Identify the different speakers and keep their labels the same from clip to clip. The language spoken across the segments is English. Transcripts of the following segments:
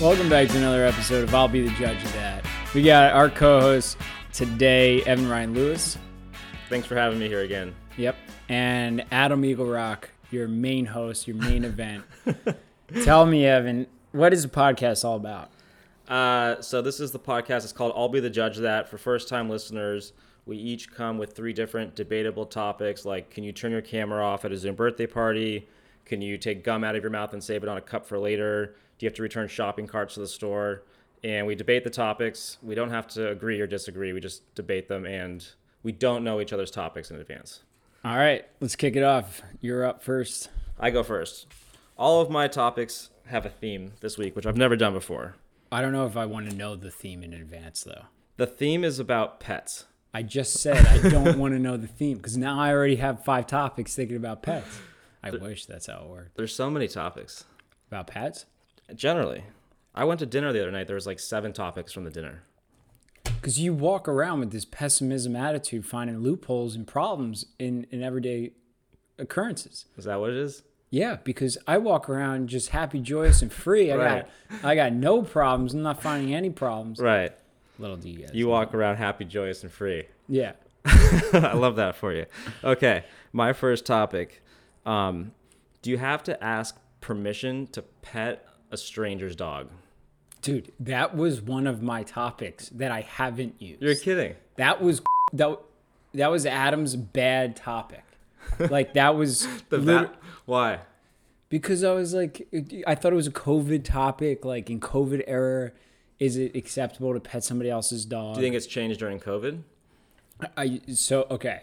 Speaker 1: Welcome back to another episode of I'll Be the Judge of That. We got our co host today, Evan Ryan Lewis.
Speaker 2: Thanks for having me here again.
Speaker 1: Yep. And Adam Eagle Rock, your main host, your main event. Tell me, Evan, what is the podcast all about?
Speaker 2: Uh, so this is the podcast. It's called "I'll Be the Judge of That." For first-time listeners, we each come with three different debatable topics, like can you turn your camera off at a Zoom birthday party? Can you take gum out of your mouth and save it on a cup for later? Do you have to return shopping carts to the store? And we debate the topics. We don't have to agree or disagree. We just debate them, and we don't know each other's topics in advance.
Speaker 1: All right, let's kick it off. You're up first.
Speaker 2: I go first. All of my topics have a theme this week, which I've never done before.
Speaker 1: I don't know if I want to know the theme in advance, though.
Speaker 2: The theme is about pets.
Speaker 1: I just said I don't want to know the theme because now I already have five topics thinking about pets. I wish that's how it worked.
Speaker 2: There's so many topics.
Speaker 1: About pets?
Speaker 2: Generally, I went to dinner the other night. There was like seven topics from the dinner.
Speaker 1: Because you walk around with this pessimism attitude, finding loopholes and problems in, in everyday occurrences.
Speaker 2: Is that what it is?
Speaker 1: Yeah, because I walk around just happy, joyous, and free. I
Speaker 2: Right.
Speaker 1: got I got no problems. I'm not finding any problems.
Speaker 2: Right.
Speaker 1: Little do you guys.
Speaker 2: You walk around happy, joyous, and free.
Speaker 1: yeah.
Speaker 2: I love that for you. Okay, my first topic. Um, do you have to ask permission to pet a stranger's dog?
Speaker 1: Dude, that was one of my topics that I haven't used.
Speaker 2: You're kidding.
Speaker 1: that was that, that was Adam's bad topic. Like that was
Speaker 2: The
Speaker 1: lit-
Speaker 2: va- Why?
Speaker 1: because I was like, I thought it was a COVID topic. Like in COVID era, is it acceptable to pet somebody else's dog?
Speaker 2: Do you think it's changed during COVID?
Speaker 1: I so okay.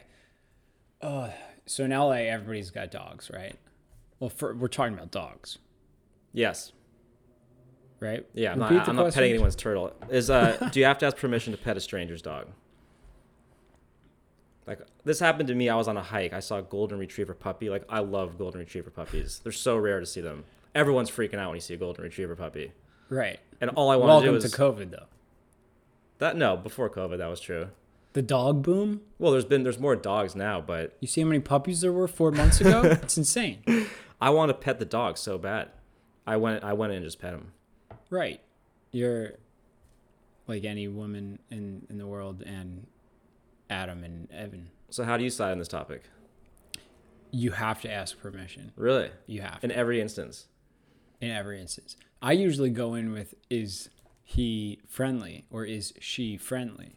Speaker 1: Uh, so in LA, everybody's got dogs, right? Well, for, we're talking about dogs,
Speaker 2: Yes.
Speaker 1: right?
Speaker 2: Yeah, I'm not,
Speaker 1: Repeat the
Speaker 2: I'm not
Speaker 1: question.
Speaker 2: petting anyone's turtle. Is uh, do you have to ask permission to pet a stranger's dog? Like this happened to me. I was on a hike. I saw a golden retriever puppy. Like I love golden retriever puppies. They're so rare to see them. Everyone's freaking out when you see a golden retriever puppy.
Speaker 1: Right.
Speaker 2: And all I want to
Speaker 1: Welcome
Speaker 2: do
Speaker 1: to,
Speaker 2: is
Speaker 1: COVID, though.
Speaker 2: that. No, before COVID, that was true.
Speaker 1: The dog boom.
Speaker 2: Well, there's been there's more dogs now, but
Speaker 1: You see how many puppies there were four months ago? it's insane.
Speaker 2: I want to pet the dog so bad. I went I went in and just pet him.
Speaker 1: Right. You're like any woman in in the world, and Adam and Evan.
Speaker 2: So how do you side on this topic?
Speaker 1: You have to ask permission.
Speaker 2: Really,
Speaker 1: You have to.
Speaker 2: in every instance.
Speaker 1: in every instance. I usually go in with is he friendly or is she friendly?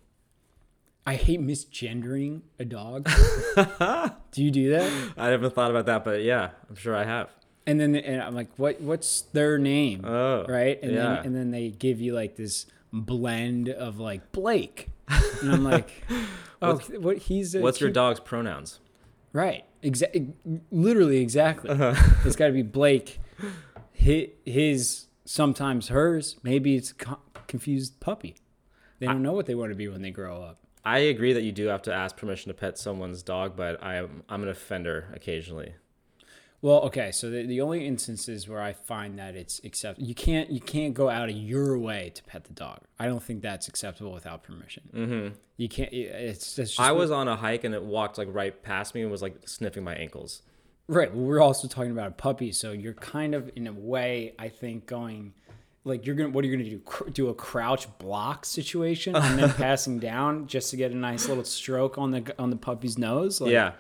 Speaker 1: I hate misgendering a dog. do you do that?
Speaker 2: I haven't thought about that, but yeah, I'm sure I have.
Speaker 1: And then and I'm like, what what's their name?
Speaker 2: Oh,
Speaker 1: right? And
Speaker 2: yeah.
Speaker 1: then and then they give you like this blend of like Blake. And I'm like, oh, what he's a
Speaker 2: What's your
Speaker 1: cute-
Speaker 2: dog's pronouns?
Speaker 1: Right. Exactly. Literally, exactly. It's got to be Blake. His, his, sometimes hers. Maybe it's co- confused puppy. They don't know what they want to be when they grow up.
Speaker 2: I agree that you do have to ask permission to pet someone's dog, but I'm I'm an offender occasionally.
Speaker 1: Well, okay. So the, the only instances where I find that it's acceptable, you can't you can't go out of your way to pet the dog. I don't think that's acceptable without permission. Mm-hmm. You can't. It's, it's just
Speaker 2: I was on a hike and it walked like right past me and was like sniffing my ankles.
Speaker 1: Right. Well, we're also talking about a puppy, so you're kind of in a way, I think, going like you're gonna. What are you gonna do? Cr- do a crouch block situation and then passing down just to get a nice little stroke on the on the puppy's nose? Like,
Speaker 2: Yeah,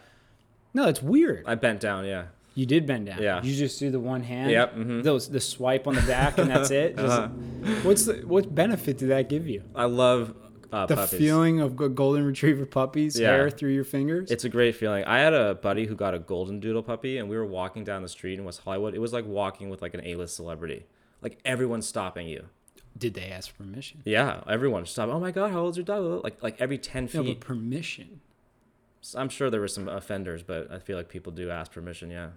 Speaker 1: No, it's weird.
Speaker 2: I bent down. Yeah,
Speaker 1: You did bend down.
Speaker 2: Yeah.
Speaker 1: You just do the one hand.
Speaker 2: Yep, Uh-huh. mhm.
Speaker 1: Those the swipe on the back and that's it. Just- What's the, what benefit did that give you?
Speaker 2: I love uh,
Speaker 1: The
Speaker 2: puppies.
Speaker 1: feeling of g- golden retriever puppies
Speaker 2: Yeah.
Speaker 1: hair through your fingers.
Speaker 2: It's a great feeling. I had a buddy who got a golden doodle puppy, and we were walking down the street in West Hollywood. It was like walking with like an A-list celebrity. Like everyone's stopping you.
Speaker 1: did they ask permission?
Speaker 2: Yeah, everyone stopped. Oh my god, how old's your dog? Like like every ten
Speaker 1: No,
Speaker 2: feet.
Speaker 1: but permission.
Speaker 2: I'm sure there were some offenders, but I feel like people do ask permission. Yeah.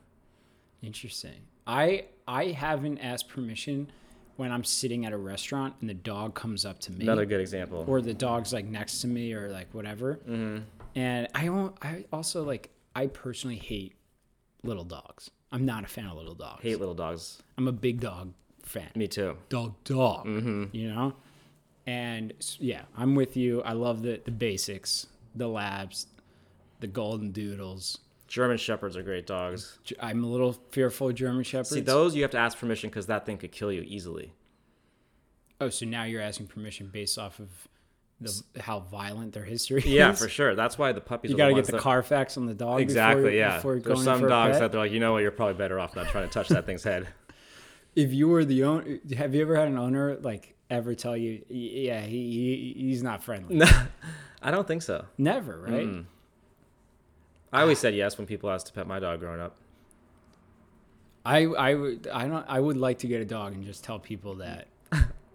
Speaker 1: Interesting. I I haven't asked permission when I'm sitting at a restaurant and the dog comes up to me,
Speaker 2: Another good example.
Speaker 1: or the dog's like next to me, or like whatever.
Speaker 2: Mm-hmm.
Speaker 1: And I don't. I also like. I personally hate little dogs. I'm not a fan of little dogs.
Speaker 2: Hate little dogs.
Speaker 1: I'm a big dog fan.
Speaker 2: Me too.
Speaker 1: Dog, dog.
Speaker 2: Mm-hmm.
Speaker 1: You know. And s- yeah, I'm with you. I love the the basics, the labs, the golden doodles.
Speaker 2: German shepherds are great dogs.
Speaker 1: J- I'm a little fearful of German shepherds.
Speaker 2: See, those you have to ask permission because that thing could kill you easily.
Speaker 1: Oh, so now you're asking permission based off of the how violent their history
Speaker 2: Yeah,
Speaker 1: is.
Speaker 2: for sure. That's why the puppies.
Speaker 1: You
Speaker 2: are
Speaker 1: got to
Speaker 2: the
Speaker 1: get
Speaker 2: ones
Speaker 1: the
Speaker 2: that,
Speaker 1: Carfax on the dog.
Speaker 2: Exactly.
Speaker 1: Before,
Speaker 2: yeah.
Speaker 1: Before
Speaker 2: There's
Speaker 1: going
Speaker 2: some
Speaker 1: for
Speaker 2: dogs
Speaker 1: a
Speaker 2: that
Speaker 1: pet.
Speaker 2: they're like, you know what, you're probably better off not trying to touch that thing's head.
Speaker 1: If you were the owner, have you ever had an owner like ever tell you, "Y- yeah, he, he he's not friendly?
Speaker 2: I don't think so.
Speaker 1: Never, right?
Speaker 2: Mm. I always said yes when people asked to pet my dog growing up.
Speaker 1: I I would I don't I would like to get a dog and just tell people that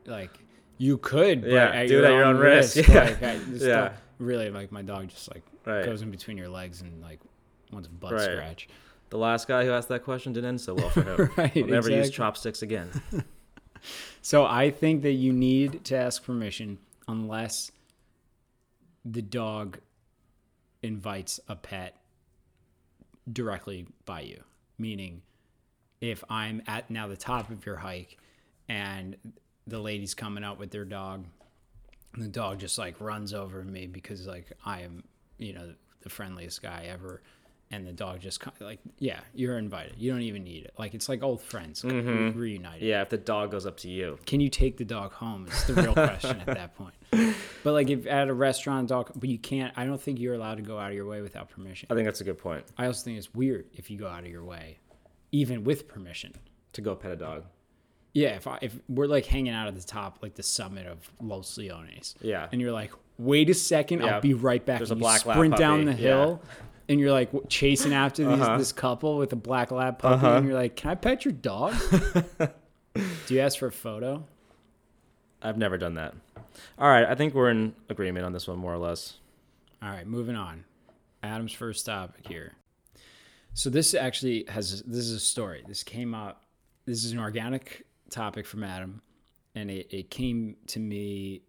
Speaker 1: like you could but
Speaker 2: Yeah,
Speaker 1: at
Speaker 2: do it
Speaker 1: your
Speaker 2: at your
Speaker 1: own
Speaker 2: own risk, yeah.
Speaker 1: Like, I just
Speaker 2: Yeah.
Speaker 1: don't- really like my dog just like
Speaker 2: Right.
Speaker 1: goes in between your legs and like wants a butt
Speaker 2: Right.
Speaker 1: scratch.
Speaker 2: The last guy who asked that question didn't end so well for him.
Speaker 1: Right,
Speaker 2: He'll never use
Speaker 1: exactly.
Speaker 2: chopsticks again.
Speaker 1: So I think that you need to ask permission unless the dog invites a pet directly by you. Meaning, if I'm at now the top of your hike and the lady's coming out with their dog, and the dog just like runs over me because like I am, you know, the friendliest guy ever. And the dog just co- like, yeah, you're invited. You don't even need it. Like it's like old friends reunited.
Speaker 2: Yeah, if the dog goes up to you.
Speaker 1: Can you take the dog home? It's the real question at that point. But like if at a restaurant, dog, but you can't. I don't think you're allowed to go out of your way without permission.
Speaker 2: I think that's a good point
Speaker 1: I also think it's weird if you go out of your way, even with permission.
Speaker 2: to go pet a dog.
Speaker 1: Yeah, if I, if we're like hanging out at the top, like the summit of Los Leones.
Speaker 2: Yeah.
Speaker 1: and you're like, wait a second,
Speaker 2: Yeah.
Speaker 1: I'll be right back.
Speaker 2: There's
Speaker 1: and
Speaker 2: a
Speaker 1: you
Speaker 2: black lab
Speaker 1: sprint down the
Speaker 2: puppy,
Speaker 1: hill. And you're like w- chasing after these,
Speaker 2: Uh-huh.
Speaker 1: this couple with a black lab puppy, and you're like, "Can I pet your dog?" Do you ask for a photo?
Speaker 2: I've never done that. All right, I think we're in agreement on this one more or less.
Speaker 1: All right, moving on. Adam's first topic here. So this actually has this is a story. This came up. This is an organic topic from Adam, and it, it came to me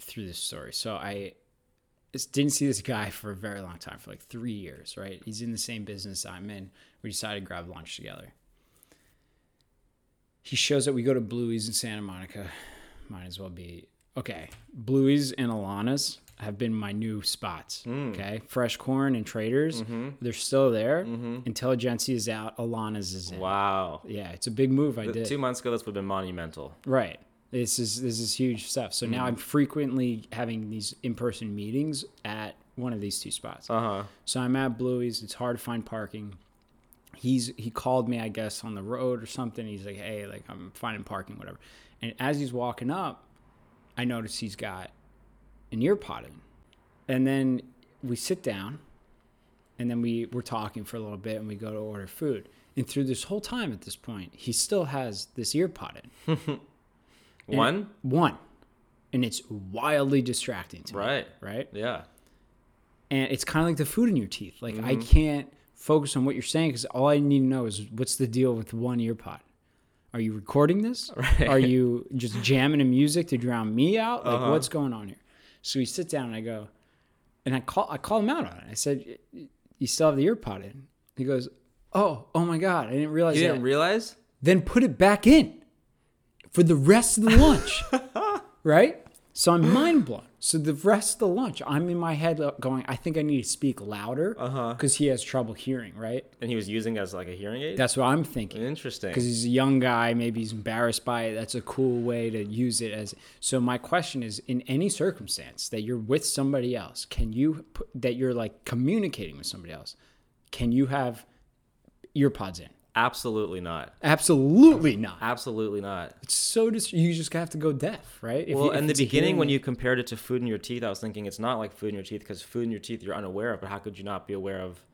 Speaker 1: through this story. So I just didn't see this guy for a very long time, for like three years. Right? He's in the same business I'm in. We decided to grab lunch together. He shows up. We go to Bluey's in Santa Monica. Might as well be okay. Bluey's and Alana's have been my new spots. Okay, Fresh Corn and Traders, they're still there. Intelligentsia's out. Alana's is in.
Speaker 2: Wow.
Speaker 1: Yeah, it's a big move I did.
Speaker 2: Two months ago, this would have been monumental.
Speaker 1: Right. This is this is huge stuff. So now I'm frequently having these in-person meetings at one of these two spots.
Speaker 2: Uh huh.
Speaker 1: So I'm at Bluey's. It's hard to find parking. He's he called me, I guess, on the road or something. He's like, "Hey, like I'm finding parking, whatever." And as he's walking up, I notice he's got an ear pod in. And then we sit down, and then we we're talking for a little bit, and we go to order food. And through this whole time, at this point, he still has this ear pod in
Speaker 2: One?
Speaker 1: one and it's wildly distracting to me
Speaker 2: Right.
Speaker 1: right
Speaker 2: Yeah.
Speaker 1: and it's kind of like the food in your teeth like i
Speaker 2: Mm-hmm.
Speaker 1: can't focus on what you're saying because all i need to know is what's the deal with one ear pod are you recording this are you just jamming to music to drown me out like
Speaker 2: Uh-huh.
Speaker 1: what's going on here so we sit down and i go and i call i call him out on it i said you still have the ear pod in he goes oh oh my god i didn't realize
Speaker 2: You
Speaker 1: that
Speaker 2: didn't realize?
Speaker 1: then put it back in for the rest of the lunch. right? So I'm mind blown. So the rest of the lunch, I'm in my head going, I think I need to speak louder because he has trouble hearing, right?
Speaker 2: And he was using it as like a hearing aid?
Speaker 1: That's what I'm thinking.
Speaker 2: Interesting.
Speaker 1: Because he's a young guy, maybe he's embarrassed by it. That's a cool way to use it as. So my question is, in any circumstance that you're with somebody else, can you put, that you're like communicating with somebody else, can you have ear pods in?
Speaker 2: Absolutely not.
Speaker 1: Absolutely not.
Speaker 2: Absolutely not.
Speaker 1: It's so dis- you just have to go deaf, right? If
Speaker 2: Well,
Speaker 1: you- if
Speaker 2: in the
Speaker 1: it's a
Speaker 2: beginning,
Speaker 1: hearing-
Speaker 2: when you compared it to food in your teeth, I was thinking it's not like food in your teeth because food in your teeth you're unaware of. But how could you not be aware of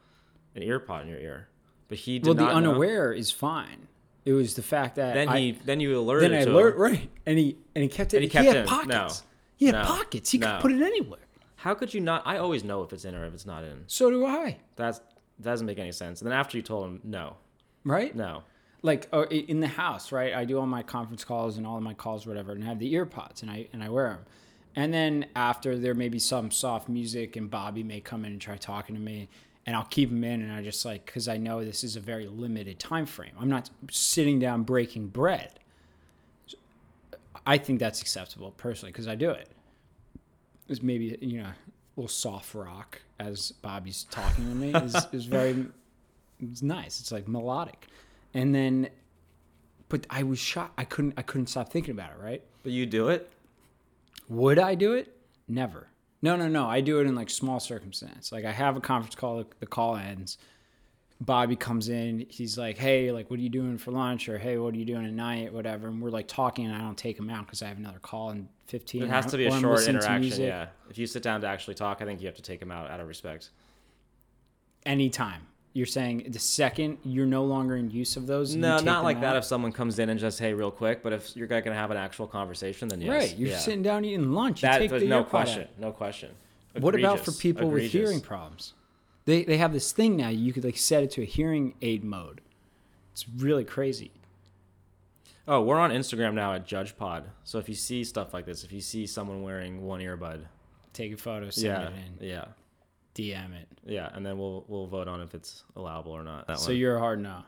Speaker 2: an ear pod in your ear? But he did
Speaker 1: well, the
Speaker 2: not know.
Speaker 1: unaware is fine. It was the fact that
Speaker 2: Then
Speaker 1: I,
Speaker 2: he then you alerted
Speaker 1: then I
Speaker 2: to
Speaker 1: learned
Speaker 2: him.
Speaker 1: right, and he and he kept it.
Speaker 2: And he
Speaker 1: he,
Speaker 2: kept
Speaker 1: had
Speaker 2: it.
Speaker 1: pockets.
Speaker 2: No.
Speaker 1: He had
Speaker 2: No.
Speaker 1: pockets. He
Speaker 2: No.
Speaker 1: could put it anywhere.
Speaker 2: How could you not? I always know if it's in or if it's not in.
Speaker 1: So do I,
Speaker 2: That's that doesn't make any sense. And then after you told him no,
Speaker 1: right?
Speaker 2: no,
Speaker 1: Like uh, i- in the house, right? I do all my conference calls and all of my calls, whatever, and I have the ear pods and I and I wear them. And then after there may be some soft music, and Bobby may come in and try talking to me, and I'll keep him in, and I just like because I know this is a very limited time frame. I'm not sitting down breaking bread. I think that's acceptable personally because I do it. It's maybe you know a little soft rock as Bobby's talking to me is, is very it's nice. It's like melodic, and then But I was shocked. I couldn't. I couldn't stop thinking about it. Right?
Speaker 2: But you do it?
Speaker 1: Would I do it? Never. No, no, no. I do it in like small circumstance. Like I have a conference call. The call ends. Bobby comes in. He's like, "Hey, like, what are you doing for lunch?" Or, "Hey, what are you doing at night?" Whatever. And we're like talking, and I don't take him out because I have another call in fifteen.
Speaker 2: It has
Speaker 1: and
Speaker 2: to be a
Speaker 1: I'm
Speaker 2: short
Speaker 1: listening to
Speaker 2: interaction.
Speaker 1: music.
Speaker 2: Yeah. If you sit down to actually talk, I think you have to take them out out of respect.
Speaker 1: Anytime you're saying the second you're no longer in use of those. and you
Speaker 2: No,
Speaker 1: take
Speaker 2: not
Speaker 1: them
Speaker 2: like that.
Speaker 1: out-
Speaker 2: If someone comes in and just hey, real quick, but if you're going to have an actual conversation, then yes.
Speaker 1: Right. You're
Speaker 2: Yeah.
Speaker 1: sitting down eating lunch. You
Speaker 2: That
Speaker 1: take
Speaker 2: there's
Speaker 1: the
Speaker 2: no
Speaker 1: earpod out.
Speaker 2: question. No question.
Speaker 1: What about for
Speaker 2: Egregious,
Speaker 1: people with
Speaker 2: egregious.
Speaker 1: hearing problems? They they have this thing now. You could like set it to a hearing aid mode. It's really crazy.
Speaker 2: Oh, we're on Instagram now at JudgePod. So if you see stuff like this, if you see someone wearing one earbud,
Speaker 1: Take a photo, send
Speaker 2: yeah,
Speaker 1: it in,
Speaker 2: yeah,
Speaker 1: DM it.
Speaker 2: yeah, and then we'll we'll vote on if it's allowable or not. That
Speaker 1: So
Speaker 2: one.
Speaker 1: you're a hard no.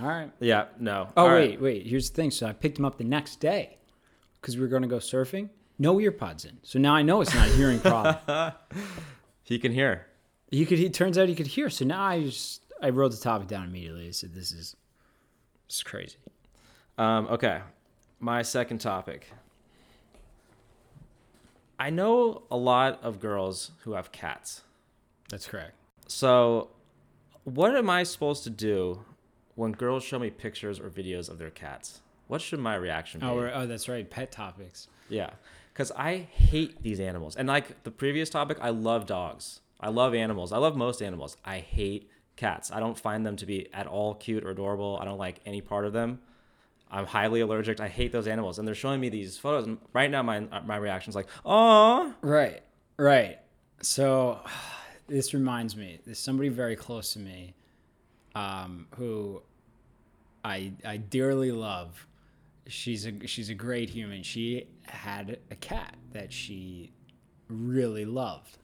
Speaker 1: All right.
Speaker 2: yeah, no.
Speaker 1: Oh
Speaker 2: All right.
Speaker 1: wait, wait. Here's the thing. So I picked him up the next day because we were gonna go surfing. No earpods in. So now I know it's not a hearing problem.
Speaker 2: he can hear.
Speaker 1: He could. He turns out he could hear. So now I just I wrote the topic down immediately. I said this is this is crazy.
Speaker 2: Um, okay, my second topic. I know a lot of girls who have cats.
Speaker 1: That's correct.
Speaker 2: So, what am I supposed to do when girls show me pictures or videos of their cats? What should my reaction be?
Speaker 1: Oh, we're, oh, that's right. Pet topics.
Speaker 2: Yeah, because I hate these animals. And like the previous topic, I love dogs. I love animals. I love most animals. I hate cats. I don't find them to be at all cute or adorable. I don't like any part of them. I'm highly allergic. I hate those animals. And they're showing me these photos. And right now, my my reaction is like, oh,
Speaker 1: Right, right. So this reminds me. There's somebody very close to me, um, who I I dearly love. She's a she's a great human. She had a cat that she really loved,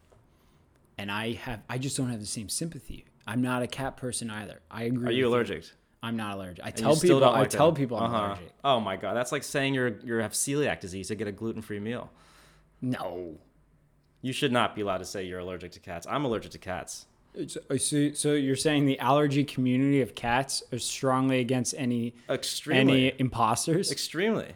Speaker 1: and I have I just don't have the same sympathy. I'm not a cat person either. I agree.
Speaker 2: are you
Speaker 1: with
Speaker 2: allergic?
Speaker 1: I'm not allergic. I
Speaker 2: And you
Speaker 1: tell
Speaker 2: still
Speaker 1: people.
Speaker 2: don't
Speaker 1: I
Speaker 2: like
Speaker 1: tell
Speaker 2: them.
Speaker 1: people I'm
Speaker 2: Uh-huh.
Speaker 1: allergic.
Speaker 2: Oh my god, that's like saying you're you have celiac disease to get a gluten free meal.
Speaker 1: No.
Speaker 2: You should not be allowed to say you're allergic to cats. I'm allergic to cats.
Speaker 1: It's, uh, so, so you're saying the allergy community of cats are strongly against any
Speaker 2: Extremely.
Speaker 1: any imposters?
Speaker 2: Extremely.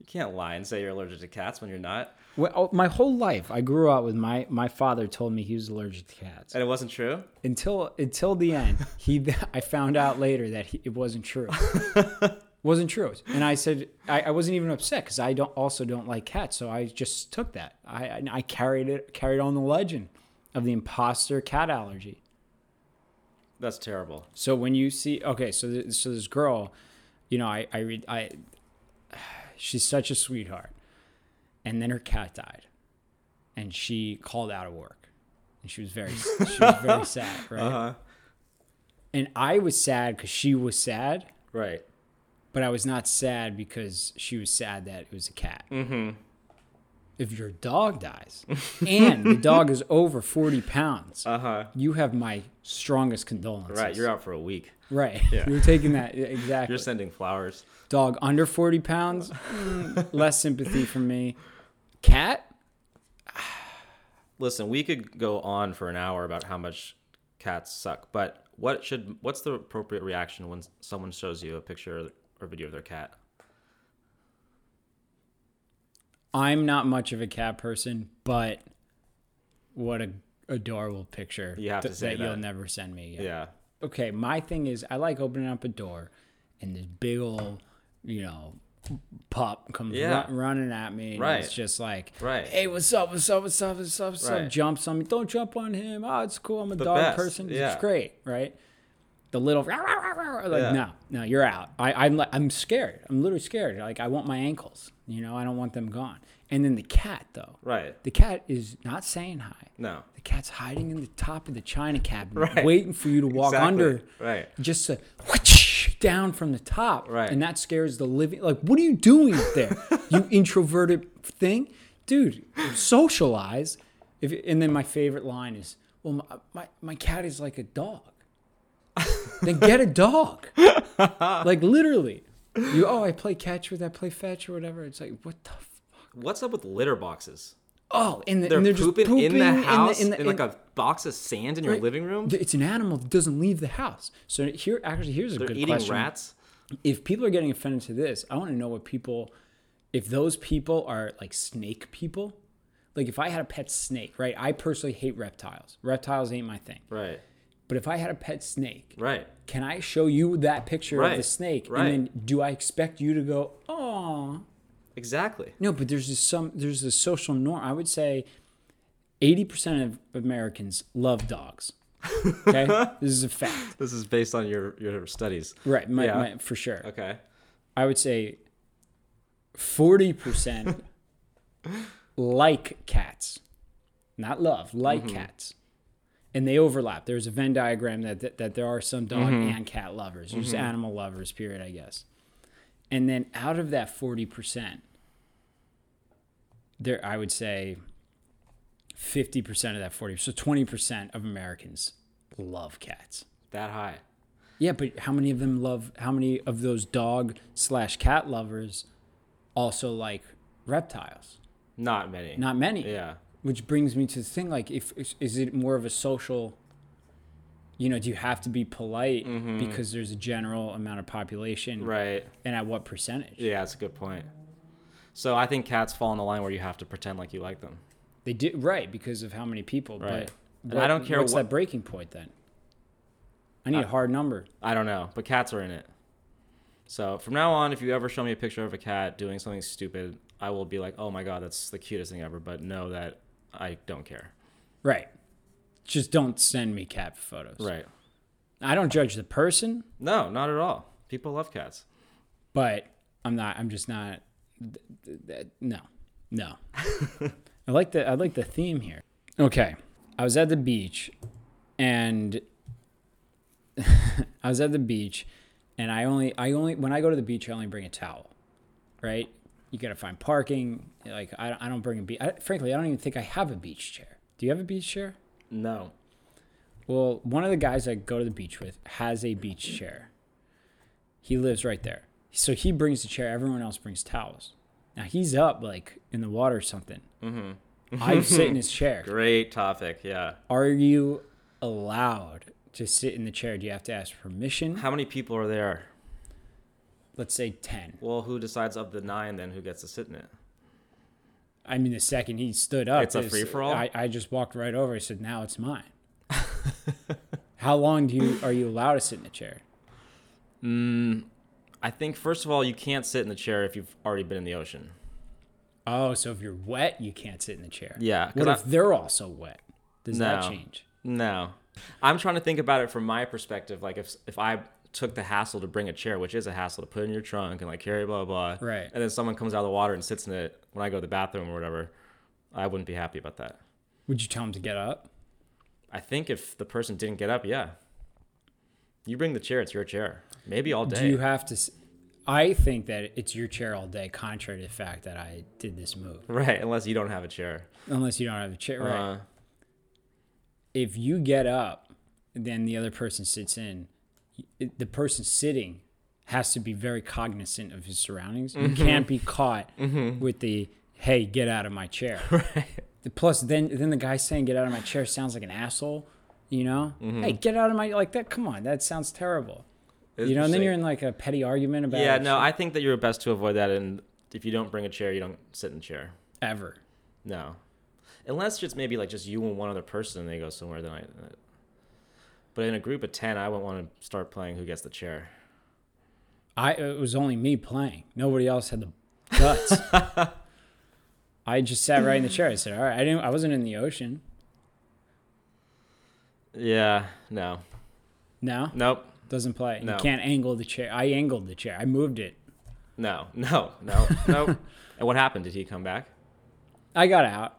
Speaker 2: You can't lie and say you're allergic to cats when you're not.
Speaker 1: well, oh, my whole life, I grew up with my my father told me he was allergic to cats
Speaker 2: And it wasn't true?
Speaker 1: until until the end. He I found out later that he, it wasn't true. wasn't true, and I said I, I wasn't even upset because I don't also don't like cats, so I just took that. I and I carried it carried on the legend of the imposter cat allergy.
Speaker 2: That's terrible.
Speaker 1: So when you see, okay, so th- so this girl, you know, I I read I, she's such a sweetheart, and then her cat died, and she called out of work, and she was very she was very sad, right?
Speaker 2: Uh-huh.
Speaker 1: And I was sad because she was sad,
Speaker 2: Right.
Speaker 1: but I was not sad because she was sad that it was a cat. Mm-hmm. If your dog dies, and the dog is over forty pounds,
Speaker 2: huh.
Speaker 1: you have my strongest condolences.
Speaker 2: Uh-huh. Right. You're out for a week.
Speaker 1: Right.
Speaker 2: Yeah.
Speaker 1: You're taking that yeah, exactly.
Speaker 2: You're sending flowers.
Speaker 1: Dog under 40 pounds, mm, less sympathy from me. Cat?
Speaker 2: Listen, we could go on for an hour about how much cats suck, but what should what's the appropriate reaction when someone shows you a picture or video of their cat?
Speaker 1: I'm not much of a cat person, but what a adorable picture
Speaker 2: You have to
Speaker 1: th-
Speaker 2: say
Speaker 1: you'll
Speaker 2: that.
Speaker 1: never send me. again.
Speaker 2: Yeah.
Speaker 1: Okay, my thing is I like opening up a door and this big old, you know, pup comes
Speaker 2: Yeah.
Speaker 1: run, running at me. And
Speaker 2: Right.
Speaker 1: It's just like,
Speaker 2: Right.
Speaker 1: hey, what's up? What's up? What's up? What's up? What's
Speaker 2: Right.
Speaker 1: up? Jumps on me. Don't jump on him. Oh, it's cool. I'm a dog
Speaker 2: best,
Speaker 1: person.
Speaker 2: yeah.
Speaker 1: It's great, right? The little like
Speaker 2: Yeah.
Speaker 1: no, no, you're out. I, I'm like I'm scared. I'm literally scared. Like I want my ankles. You know, I don't want them gone. And then the cat though.
Speaker 2: Right.
Speaker 1: The cat is not saying hi.
Speaker 2: No.
Speaker 1: The cat's hiding in the top of the china cabinet,
Speaker 2: Right.
Speaker 1: waiting for you to walk
Speaker 2: Exactly.
Speaker 1: under.
Speaker 2: Right.
Speaker 1: Just to whoosh, down from the top.
Speaker 2: Right.
Speaker 1: And that scares the living. Like, what are you doing up there? you introverted thing, dude. Socialize. If and then my favorite line is, "Well, my my, my cat is like a dog." then get a dog. like literally, you. Oh, I play catch with. I play fetch or whatever. It's like what the. F-
Speaker 2: What's up with litter boxes?
Speaker 1: Oh, and, the,
Speaker 2: They're,
Speaker 1: and they're
Speaker 2: pooping,
Speaker 1: just pooping
Speaker 2: in the house in,
Speaker 1: the-
Speaker 2: like a box of sand in your
Speaker 1: Right.
Speaker 2: living room.
Speaker 1: Th- It's an animal that doesn't leave the house. So here, actually, here's a
Speaker 2: They're
Speaker 1: good
Speaker 2: eating
Speaker 1: question.
Speaker 2: rats.
Speaker 1: if people are getting offended to this, I want to know what people, if those people are like snake people, like if I had a pet snake, right? I personally hate reptiles. Reptiles ain't my thing.
Speaker 2: Right.
Speaker 1: But if I had a pet snake,
Speaker 2: Right.
Speaker 1: can I show you that picture of the
Speaker 2: Right,
Speaker 1: snake?
Speaker 2: right.
Speaker 1: And then do I expect you to go, oh,
Speaker 2: Exactly.
Speaker 1: no, but there's this some there's this social norm. I would say 80% of Americans love dogs. Okay? this is a fact.
Speaker 2: This is based on your your studies.
Speaker 1: Right, my,
Speaker 2: Yeah.
Speaker 1: my, for sure.
Speaker 2: Okay.
Speaker 1: I would say 40% like cats. Not love, like
Speaker 2: Mm-hmm.
Speaker 1: cats. And they overlap. There's a Venn diagram that that, that there are some dog
Speaker 2: Mm-hmm.
Speaker 1: and cat lovers. There's animal lovers, period, I guess. And then out of that 40%, there I would say 50% of that 40, so 20% of Americans love cats.
Speaker 2: That high.
Speaker 1: Yeah, but how many of them love? How many of those dog slash cat lovers also like reptiles?
Speaker 2: Not many.
Speaker 1: Not many.
Speaker 2: Yeah.
Speaker 1: Which brings me to the thing: like, if is, is it more of a social? You know, do you have to be polite because there's a general amount of population,
Speaker 2: Mm-hmm. Right.
Speaker 1: and at what percentage?
Speaker 2: Yeah, that's a good point. So I think cats fall on the line where you have to pretend like you like them.
Speaker 1: They did right because of how many people.
Speaker 2: Right.
Speaker 1: But
Speaker 2: And I don't care
Speaker 1: What's
Speaker 2: what-
Speaker 1: that breaking point then? I need a hard number.
Speaker 2: I don't know, but cats are in it. So from now on, if you ever show me a picture of a cat doing something stupid, I will be like, "Oh my god, that's the cutest thing ever," but know that I don't care.
Speaker 1: Right. Just don't send me cat photos.
Speaker 2: Right.
Speaker 1: I don't judge the person.
Speaker 2: No, not at all. People love cats.
Speaker 1: but I'm not. I'm just not. th- th- th- No, no. I like the I like the theme here. Okay, I was at the beach, and I was at the beach, and I only I only when I go to the beach I only bring a towel, right? You gotta find parking. Like I, I don't bring a beach. Frankly, I don't even think I have a beach chair. Do you have a beach chair?
Speaker 2: No.
Speaker 1: Well, one of the guys I go to the beach with has a beach chair. He lives right there. So he brings the chair, everyone else brings towels. Now he's up like in the water or something. Mm-hmm. I sit in his chair.
Speaker 2: Great topic. Yeah.
Speaker 1: Are you allowed to sit in the chair? Do you have to ask permission?
Speaker 2: How many people are there?
Speaker 1: Let's say 10.
Speaker 2: Well, who decides of the nine then who gets to sit in it?
Speaker 1: I mean, the second he stood up,
Speaker 2: It's a free-for-all?
Speaker 1: I, I just walked right over. I said, now it's mine. How long do you are you allowed to sit in the chair?
Speaker 2: I think first of all, you can't sit in the chair if you've already been in the ocean.
Speaker 1: Oh, so if you're wet, you can't sit in the chair.
Speaker 2: Yeah, 'cause
Speaker 1: What
Speaker 2: I-
Speaker 1: if they're also wet? Does that
Speaker 2: No.
Speaker 1: change?
Speaker 2: No. I'm trying to think about it from my perspective. Like if if I took the hassle to bring a chair, which is a hassle to put in your trunk and like carry blah blah. blah,
Speaker 1: Right.
Speaker 2: And then someone comes out of the water and sits in it when I go to the bathroom or whatever. I wouldn't be happy about that.
Speaker 1: Would you tell them to get up?
Speaker 2: I think if the person didn't get up, yeah. You bring the chair, it's your chair. Maybe all day.
Speaker 1: Do you have to? s- I think that it's your chair all day, contrary to the fact that I did this move.
Speaker 2: right, unless you don't have a chair.
Speaker 1: Unless you don't have a chair, right?
Speaker 2: Uh,
Speaker 1: if you get up, then the other person sits in. It- The person sitting has to be very cognizant of his surroundings.
Speaker 2: Mm-hmm.
Speaker 1: You can't be caught with the "Hey, get out of my chair." The- Plus, then then the guy saying "Get out of my chair" sounds like an asshole. You know,
Speaker 2: Mm-hmm.
Speaker 1: hey, get out of my like that. Come on, that sounds terrible. You know, and then
Speaker 2: interesting.
Speaker 1: you're in like a petty argument about
Speaker 2: Yeah, no, I think that you're best to avoid that and if you don't bring a chair, you don't sit in the chair.
Speaker 1: ever.
Speaker 2: No, unless it's maybe like just you and one other person, and they go somewhere. Then I. uh, But in a group of ten, I wouldn't want to start playing who gets the chair.
Speaker 1: I it was only me playing. Nobody else had the guts. I just sat right in the chair. I said, "All right, I didn't. I wasn't in the ocean.
Speaker 2: Yeah, no,
Speaker 1: No,
Speaker 2: nope,
Speaker 1: Doesn't play.
Speaker 2: No.
Speaker 1: You can't angle the chair. I angled the chair. I moved it.
Speaker 2: no, no, no, no. and what happened? Did he come back?
Speaker 1: I got out.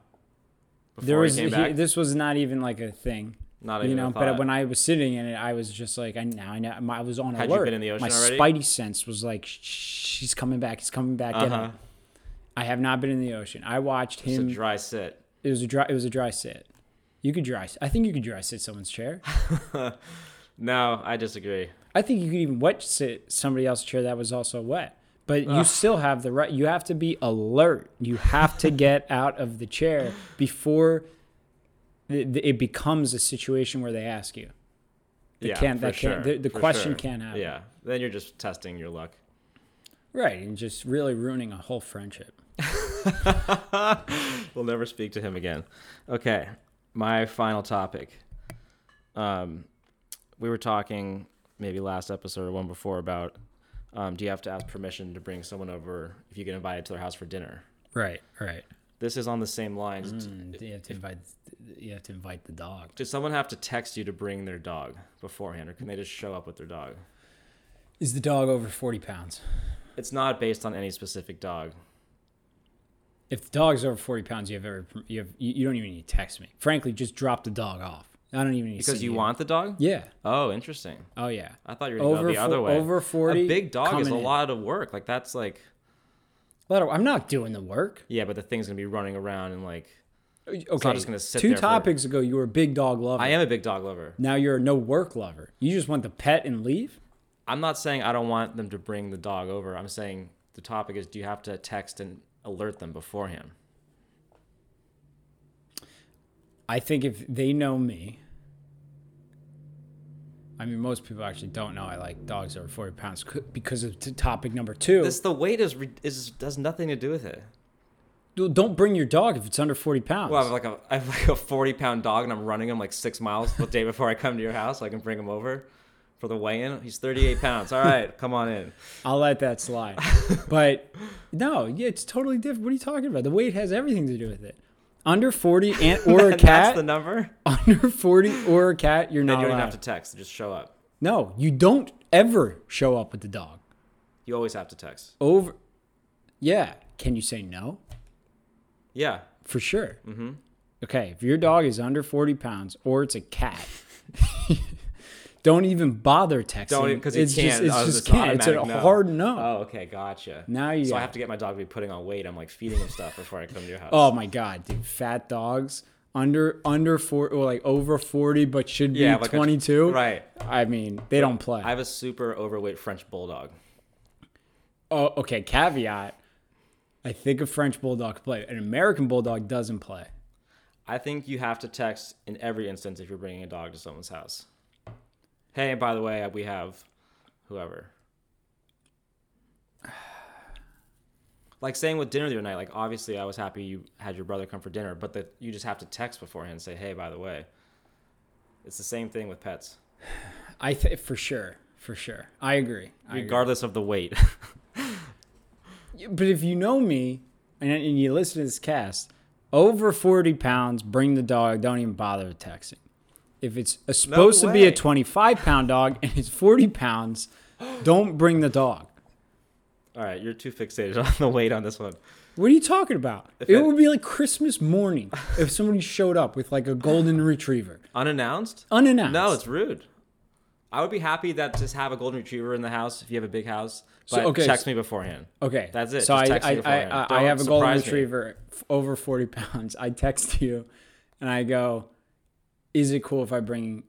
Speaker 2: Before
Speaker 1: there was
Speaker 2: he came
Speaker 1: he-
Speaker 2: back,
Speaker 1: this was not even like a thing.
Speaker 2: not
Speaker 1: you
Speaker 2: even.
Speaker 1: know,
Speaker 2: a
Speaker 1: but
Speaker 2: thought.
Speaker 1: when I was sitting in it, I was just like, I now I know my, I was on
Speaker 2: Had you
Speaker 1: alert.
Speaker 2: been in the ocean
Speaker 1: my
Speaker 2: already?
Speaker 1: spidey sense was like, "Shh, she's coming back. He's coming back. Get him."
Speaker 2: Uh-huh.
Speaker 1: I have not been in the ocean. I watched
Speaker 2: it's
Speaker 1: him.
Speaker 2: a dry sit.
Speaker 1: it was a dry. It was a dry sit. You could dry. I think you could dry sit someone's chair.
Speaker 2: No, I disagree.
Speaker 1: I think you could even wet sit somebody else's chair that was also wet. But you still have the right. You have to be alert. You have to get out of the chair before th- th- it becomes a situation where they ask you. It
Speaker 2: yeah,
Speaker 1: can't.
Speaker 2: for
Speaker 1: That can't.
Speaker 2: sure,
Speaker 1: The, the
Speaker 2: for
Speaker 1: question
Speaker 2: sure.
Speaker 1: can't happen.
Speaker 2: Yeah, then you're just testing your luck.
Speaker 1: Right, and just really ruining a whole friendship.
Speaker 2: We'll never speak to him again. Okay, my final topic. Um, we were talking maybe last episode or one before about um, do you have to ask permission to bring someone over if you get invited to their house for dinner?
Speaker 1: Right, right.
Speaker 2: This is on the same lines.
Speaker 1: you have to invite. You have to invite the dog.
Speaker 2: Does someone have to text you to bring their dog beforehand, or can they just show up with their dog?
Speaker 1: Is the dog over forty pounds?
Speaker 2: It's not based on any specific dog.
Speaker 1: If the dog's over forty pounds, you have every. You have. You, you don't even need to text me. Frankly, just drop the dog off. I don't even need to
Speaker 2: Because
Speaker 1: see
Speaker 2: you want the dog?
Speaker 1: Yeah.
Speaker 2: Oh, interesting.
Speaker 1: Oh yeah.
Speaker 2: I thought you were going to go
Speaker 1: Over
Speaker 2: the other
Speaker 1: fo-
Speaker 2: way.
Speaker 1: over 40,
Speaker 2: A big dog is
Speaker 1: coming
Speaker 2: a
Speaker 1: in.
Speaker 2: lot of work. Like that's like
Speaker 1: Let her, I'm not doing the work.
Speaker 2: yeah, but the thing's gonna be running around and like
Speaker 1: Okay.
Speaker 2: just gonna sit
Speaker 1: Two
Speaker 2: there for-
Speaker 1: topics ago, you were a big dog lover.
Speaker 2: I am a big dog lover.
Speaker 1: Now you're a no work lover. You just want the pet and leave.
Speaker 2: I'm not saying I don't want them to bring the dog over. I'm saying the topic is do you have to text and alert them beforehand?
Speaker 1: I think if they know me, I mean, most people actually don't know I like dogs over 40 pounds c- because of t- topic number two.
Speaker 2: This the weight is re- is has nothing to do with it.
Speaker 1: D- Don't bring your dog if it's under 40 pounds.
Speaker 2: Well, I have like a I have like a 40 pound dog and I'm running him like six miles the day before I come to your house so I can bring him over for the weigh in. He's 38 pounds. All right, come on in.
Speaker 1: I'll let that slide. but no, yeah, it's totally different. What are you talking about? The weight has everything to do with it. Under 40 and or a
Speaker 2: And that's
Speaker 1: cat,
Speaker 2: the number.
Speaker 1: under 40 or a cat, you're
Speaker 2: Then
Speaker 1: not
Speaker 2: you don't even
Speaker 1: allowed.
Speaker 2: have to text. Just show up.
Speaker 1: No, you don't ever show up with the dog.
Speaker 2: You always have to text.
Speaker 1: Over Yeah, can you say no?
Speaker 2: Yeah.
Speaker 1: For sure. Mm-hmm. Okay, if your dog is under 40 pounds or it's a cat, don't even bother texting.
Speaker 2: Don't because you
Speaker 1: it's
Speaker 2: can't.
Speaker 1: Just, it's
Speaker 2: oh,
Speaker 1: just
Speaker 2: it's
Speaker 1: can't. It's a
Speaker 2: automatic no.
Speaker 1: hard no.
Speaker 2: Oh, okay, gotcha.
Speaker 1: Now you
Speaker 2: So I
Speaker 1: got
Speaker 2: have to get my dog to be putting on weight. I'm like feeding him stuff before I come to your house.
Speaker 1: Oh my god, dude, fat dogs under under 40 or like over 40 but should be
Speaker 2: Yeah, like a-
Speaker 1: 22.
Speaker 2: right.
Speaker 1: I mean, they don't play.
Speaker 2: I have a super overweight French bulldog.
Speaker 1: oh, okay, caveat. I think a French bulldog can play. An American bulldog doesn't play.
Speaker 2: I think you have to text in every instance if you're bringing a dog to someone's house. Hey, and by the way, we have whoever. Like saying with dinner the other night, like obviously I was happy you had your brother come for dinner, but that you just have to text beforehand and say, hey, by the way. It's the same thing with pets,
Speaker 1: I th- for sure, for sure. I agree. I agree.
Speaker 2: regardless of the weight.
Speaker 1: But if you know me and, and you listen to this cast, over 40 pounds, bring the dog. Don't even bother with texting. If it's a- supposed to be
Speaker 2: way.
Speaker 1: a 25 pound dog and it's 40 pounds, don't bring the dog.
Speaker 2: All right, you're too fixated on the weight on this one.
Speaker 1: What are you talking about? it
Speaker 2: I-
Speaker 1: would be like Christmas morning if somebody showed up with like a golden retriever,
Speaker 2: Unannounced?
Speaker 1: unannounced.
Speaker 2: No, it's rude. I would be happy that just have a golden retriever in the house if you have a big house. But
Speaker 1: So, okay,
Speaker 2: text
Speaker 1: so-
Speaker 2: me beforehand.
Speaker 1: okay.
Speaker 2: that's it.
Speaker 1: So
Speaker 2: Just
Speaker 1: I,
Speaker 2: text me
Speaker 1: I,
Speaker 2: beforehand.
Speaker 1: I, I,
Speaker 2: Don't
Speaker 1: have a golden
Speaker 2: surprise me.
Speaker 1: retriever f- over 40 pounds. I text you and I go, "Is it cool if I bring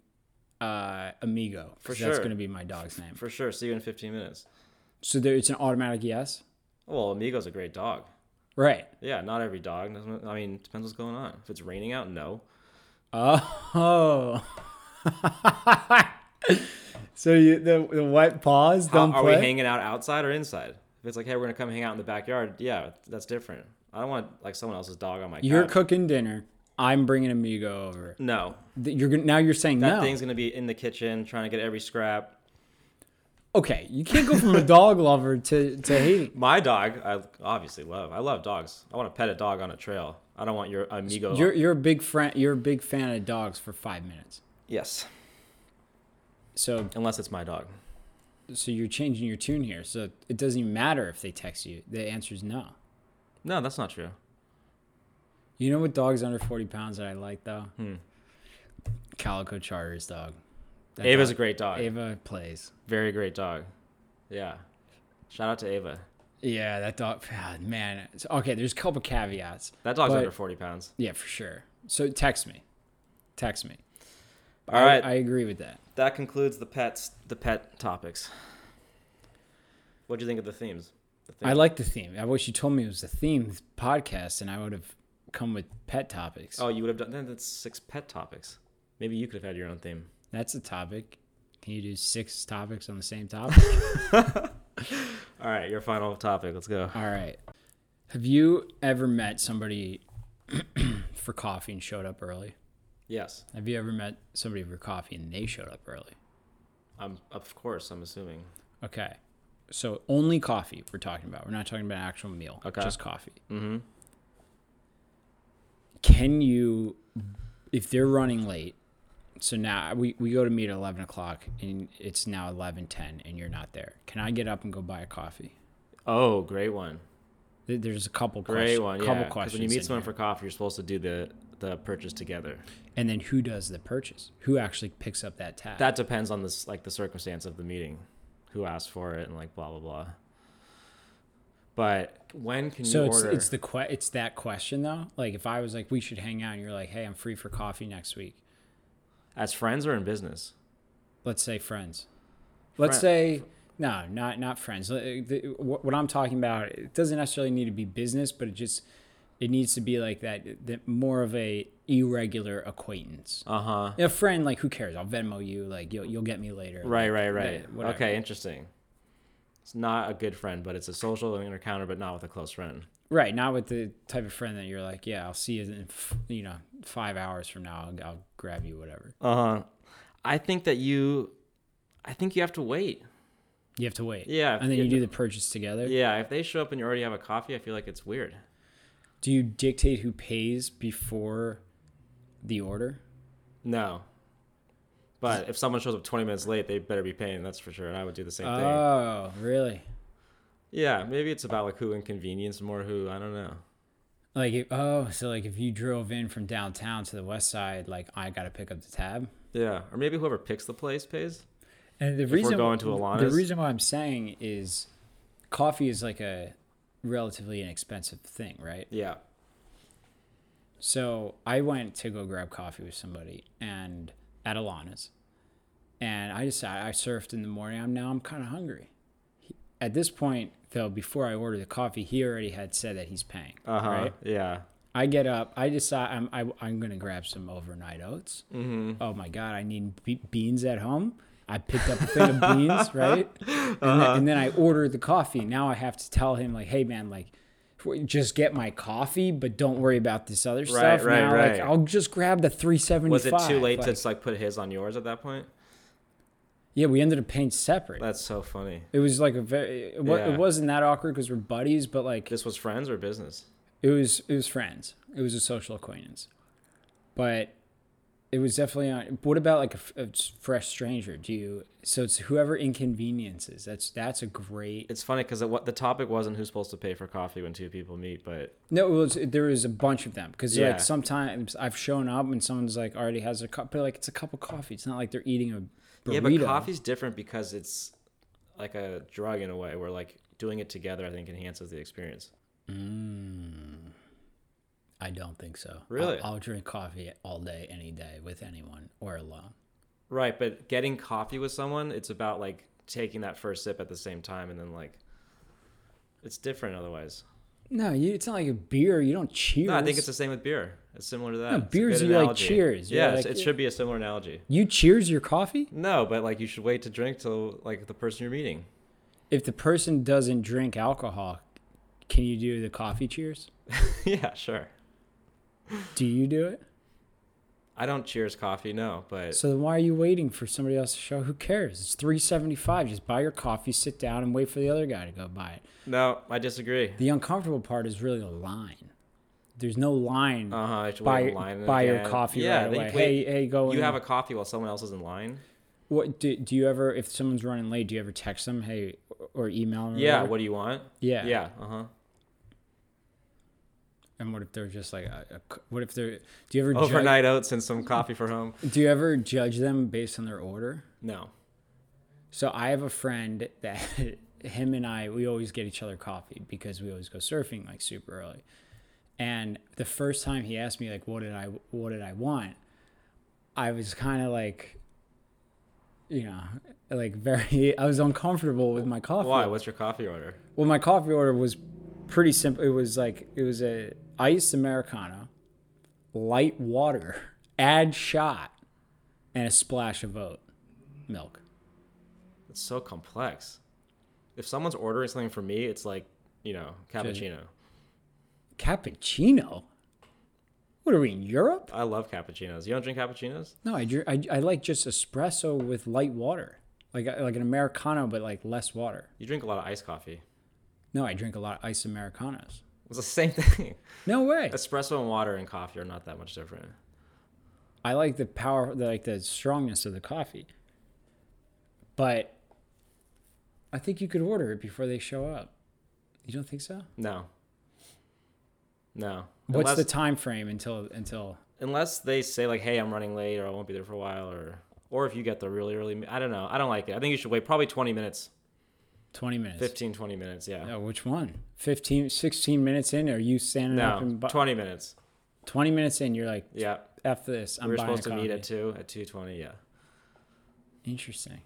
Speaker 1: uh, Amigo? For That's
Speaker 2: sure.
Speaker 1: going to be my dog's name.
Speaker 2: For sure. See you in 15 minutes.
Speaker 1: So there, it's an automatic yes.
Speaker 2: Well, Amigo's a great dog.
Speaker 1: Right.
Speaker 2: Yeah, not every dog. doesn't- I mean, depends what's going on. If it's raining out, no.
Speaker 1: Oh. so you, the the wet paws
Speaker 2: How-
Speaker 1: don't
Speaker 2: are
Speaker 1: play.
Speaker 2: we hanging out outside or inside? If it's like, hey, we're gonna come hang out in the backyard, yeah, that's different. I don't want like someone else's dog on my
Speaker 1: you're
Speaker 2: couch.
Speaker 1: cooking dinner. I'm bringing Amigo over.
Speaker 2: no,
Speaker 1: Th- You're gonna, now you're saying
Speaker 2: that
Speaker 1: no.
Speaker 2: thing's gonna be in the kitchen trying to get every scrap.
Speaker 1: okay, you can't go from a dog lover to to hating.
Speaker 2: My dog, I obviously love. I love dogs. I want to pet a dog on a trail. I don't want your amigo.
Speaker 1: You're you're a big friend. You're a big fan of dogs for five minutes.
Speaker 2: yes,
Speaker 1: So
Speaker 2: unless it's my dog.
Speaker 1: so you're changing your tune here. So it doesn't even matter if they text you. The answer is no.
Speaker 2: No, that's not true.
Speaker 1: You know what dogs under forty pounds that I like though?
Speaker 2: Hmm.
Speaker 1: Calico Charter's dog. That
Speaker 2: Ava's a
Speaker 1: dog-
Speaker 2: great dog.
Speaker 1: Ava plays.
Speaker 2: Very great dog. Yeah. Shout out to Ava.
Speaker 1: Yeah, that dog. ah, Man, It's- okay. There's a couple caveats.
Speaker 2: That dog's
Speaker 1: But-
Speaker 2: under forty pounds.
Speaker 1: Yeah, for sure. So text me, text me.
Speaker 2: All right,
Speaker 1: I, I agree with that.
Speaker 2: that concludes the pets, the pet topics. What do you think of the themes? The
Speaker 1: I like the theme. I wish you told me it was a themed podcast, and I would have come with pet topics.
Speaker 2: oh, you would have done. Then that's six pet topics. Maybe you could have had your own theme.
Speaker 1: That's a topic. Can you do six topics on the same topic?
Speaker 2: All right, your final topic. Let's go.
Speaker 1: All right. Have you ever met somebody for coffee and showed up early?
Speaker 2: Yes,
Speaker 1: Have you ever met somebody for coffee and they showed up early?
Speaker 2: I'm of course. I'm assuming.
Speaker 1: Okay. So only coffee we're talking about. We're not talking about an actual meal.
Speaker 2: Okay.
Speaker 1: Just coffee.
Speaker 2: Mm-hmm.
Speaker 1: Can you, if they're running late, so now we, we go to meet at 11 o'clock and it's now 11.10 and you're not there. Can I get up and go buy a coffee?
Speaker 2: Oh, great one.
Speaker 1: There- There's a couple
Speaker 2: Great
Speaker 1: questions.
Speaker 2: one. Yeah.
Speaker 1: Couple
Speaker 2: 'cause
Speaker 1: questions.
Speaker 2: when you
Speaker 1: in
Speaker 2: meet someone
Speaker 1: here.
Speaker 2: for coffee, you're supposed to do the the purchase together.
Speaker 1: and then who does the purchase? Who actually picks up that tab?
Speaker 2: That depends on this like the circumstance of the meeting, who asked for it, and like blah blah blah. But when can
Speaker 1: so
Speaker 2: you
Speaker 1: it's
Speaker 2: order?
Speaker 1: it's the que- it's that question though. Like if I was like we should hang out and you're like hey I'm free for coffee next week.
Speaker 2: As friends or in business?
Speaker 1: Let's say friends. Let's
Speaker 2: Friend-
Speaker 1: say no, not not friends. Uh, the- What what I'm talking about it doesn't necessarily need to be business, but it just it needs to be like that that more of a irregular acquaintance.
Speaker 2: Uh huh.
Speaker 1: a friend like who cares? I'll Venmo you like you'll you'll get me later.
Speaker 2: Right, right, right.
Speaker 1: the- whatever.
Speaker 2: Okay, interesting. It's not a good friend, but it's a social encounter, but not with a close friend.
Speaker 1: Right, not with the type of friend that you're like, yeah, I'll see you in f- you know 5 hours from now I'll, I'll grab you whatever.
Speaker 2: Uh huh. I think that you, I think you have to wait.
Speaker 1: You have to wait.
Speaker 2: Yeah,
Speaker 1: And then
Speaker 2: you
Speaker 1: you
Speaker 2: have
Speaker 1: do the purchase together.
Speaker 2: Yeah, if they show up and you already have a coffee, I feel like it's weird.
Speaker 1: Do you dictate who pays before the order?
Speaker 2: No. But if someone shows up 20 minutes late, they better be paying. That's for sure. And I would do the same thing.
Speaker 1: Oh, really?
Speaker 2: Yeah, maybe it's about like who inconvenienced more who. I don't know.
Speaker 1: Like, if- oh, so like if you drove in from downtown to the west side, like I got to pick up the tab.
Speaker 2: Yeah, or maybe whoever picks the place pays.
Speaker 1: And the
Speaker 2: we're
Speaker 1: reason
Speaker 2: going to
Speaker 1: the
Speaker 2: Alana's?
Speaker 1: reason why I'm saying is, coffee is like a relatively inexpensive thing, right?
Speaker 2: Yeah.
Speaker 1: So I went to go grab coffee with somebody and at Alana's, and I decided I surfed in the morning. I'm now I'm kind of hungry. He- At this point, though, before I ordered the coffee, he already had said that he's paying.
Speaker 2: Uh huh.
Speaker 1: Right?
Speaker 2: Yeah.
Speaker 1: I get up. I decide I'm I, I'm gonna grab some overnight oats. Mm-hmm. Oh my god, I need be- beans at home. I picked up a thing of beans, right? And, then,
Speaker 2: Uh-huh.
Speaker 1: and then I ordered the coffee. Now I have to tell him like, hey man, like, w- just get my coffee, but don't worry about this other stuff.
Speaker 2: right,
Speaker 1: now,
Speaker 2: right.
Speaker 1: Like, I'll just grab the three seventy
Speaker 2: Was
Speaker 1: five.
Speaker 2: it too late to like put his on yours at that point?
Speaker 1: Yeah, we ended up paying separate.
Speaker 2: That's so funny.
Speaker 1: it was like a very. It, wa-
Speaker 2: Yeah.
Speaker 1: it wasn't that awkward because we're buddies, but like
Speaker 2: This was friends or business?
Speaker 1: it was it was friends it was a social acquaintance but it was definitely on what about like a, f- a s- fresh stranger do you so it's whoever inconveniences that's that's a great
Speaker 2: It's funny because what the topic wasn't who's supposed to pay for coffee when two people meet, but
Speaker 1: no it was, there was a bunch of them because
Speaker 2: Yeah.
Speaker 1: like sometimes i've shown up and someone's like already has a cup but like it's a cup of coffee it's not like they're eating a burrito
Speaker 2: yeah, but coffee's different because it's like a drug in a way where like doing it together I think enhances the experience.
Speaker 1: Hmm. i don't think so I'll-
Speaker 2: Really?
Speaker 1: I'll, drink coffee all day any day with anyone or alone
Speaker 2: Right, but getting coffee with someone, it's about like taking that first sip at the same time and then like it's different otherwise.
Speaker 1: no you, it's not like a beer you don't cheers
Speaker 2: No, I think it's the same with beer. It's similar to that.
Speaker 1: No,
Speaker 2: It's a
Speaker 1: beer's
Speaker 2: good
Speaker 1: you, like,
Speaker 2: analogy.
Speaker 1: cheers. You're
Speaker 2: Yeah, it's-
Speaker 1: like-
Speaker 2: it should be a similar analogy.
Speaker 1: you cheers your coffee
Speaker 2: No, but like you should wait to drink till like the person you're meeting.
Speaker 1: if the person doesn't drink alcohol, can you do the coffee cheers?
Speaker 2: yeah, sure.
Speaker 1: Do you do it?
Speaker 2: I don't cheers coffee, no, but
Speaker 1: So then why are you waiting for somebody else to show? Who cares? It's three seventy five. Just buy your coffee, sit down, and wait for the other guy to go buy it.
Speaker 2: no, I disagree.
Speaker 1: The uncomfortable part is really the line. There's no line.
Speaker 2: Uh huh. I have to
Speaker 1: Buy
Speaker 2: wait in
Speaker 1: your-
Speaker 2: line and
Speaker 1: buy your
Speaker 2: again.
Speaker 1: coffee right
Speaker 2: they-
Speaker 1: away. Hey,
Speaker 2: wait,
Speaker 1: hey, go
Speaker 2: You
Speaker 1: in.
Speaker 2: have a coffee while someone else is in line.
Speaker 1: What do, do you ever? If someone's running late, do you ever text them? Hey, or email them? or
Speaker 2: Yeah.
Speaker 1: whatever?
Speaker 2: What do you want?
Speaker 1: Yeah.
Speaker 2: Yeah. Uh huh.
Speaker 1: And what if they're just like, a, a, what if they're? Do you ever? Judge,
Speaker 2: Overnight oats and some coffee for home.
Speaker 1: do you ever judge them based on their order?
Speaker 2: No.
Speaker 1: So I have a friend that him and I we always get each other coffee because we always go surfing like super early. And the first time he asked me like what did I what did I want, I was kind of like, you know, like very I was uncomfortable with my coffee.
Speaker 2: Why? What's your coffee order?
Speaker 1: Well, my coffee order was pretty simple. It was like it was a iced americano, light water, add shot, and a splash of oat milk.
Speaker 2: It's so complex. If someone's ordering something for me, it's like, you know, cappuccino.
Speaker 1: Cappuccino. What are we in Europe?
Speaker 2: I love cappuccinos. You don't drink cappuccinos?
Speaker 1: No, I, dr- I I like just espresso with light water, like like an americano, but like less water.
Speaker 2: You drink a lot of iced coffee.
Speaker 1: No, I drink a lot of iced americanos.
Speaker 2: It's the same thing.
Speaker 1: No way.
Speaker 2: Espresso and water and coffee are not that much different.
Speaker 1: I like the power, the, like the strongness of the coffee. But I think you could order it before they show up. You don't think so?
Speaker 2: No. No.
Speaker 1: What's
Speaker 2: unless,
Speaker 1: the time frame until until?
Speaker 2: unless they say like, "Hey, I'm running late," or "I won't be there for a while," or or if you get there really early, I don't know. I don't like it. I think you should wait probably 20 minutes,
Speaker 1: 20 minutes.
Speaker 2: 15, 20 minutes. Yeah.
Speaker 1: No, which one? 15, 16 minutes in? Are you standing
Speaker 2: No,
Speaker 1: up and bu-
Speaker 2: 20 minutes.
Speaker 1: 20 minutes in? You're like,
Speaker 2: Yeah.
Speaker 1: F this. I'm
Speaker 2: we were
Speaker 1: buying
Speaker 2: supposed to meet
Speaker 1: a
Speaker 2: at
Speaker 1: coffee.
Speaker 2: two at 2:20. Yeah.
Speaker 1: Interesting.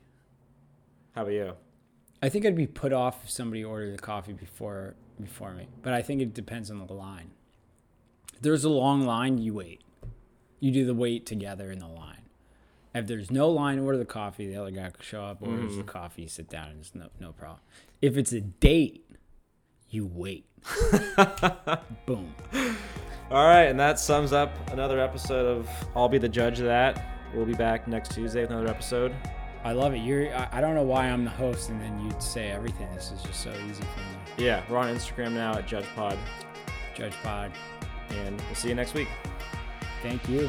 Speaker 2: How about you?
Speaker 1: I think I'd be put off if somebody ordered the coffee before before me, but I think it depends on the line. If there's a long line, you wait. You do the wait together in the line. If there's no line, order the coffee. The other guy could show up, orders the coffee, sit down, and it's no no problem. If it's a date, you wait. Boom.
Speaker 2: All right, and that sums up another episode of I'll Be the Judge of That. We'll be back next Tuesday with another episode.
Speaker 1: I love it. You're. I, I don't know why I'm the host, and then you'd say everything. This is just so easy for me.
Speaker 2: Yeah, we're on Instagram now at JudgePod,
Speaker 1: Judge Pod,
Speaker 2: and we'll see you next week.
Speaker 1: thank you.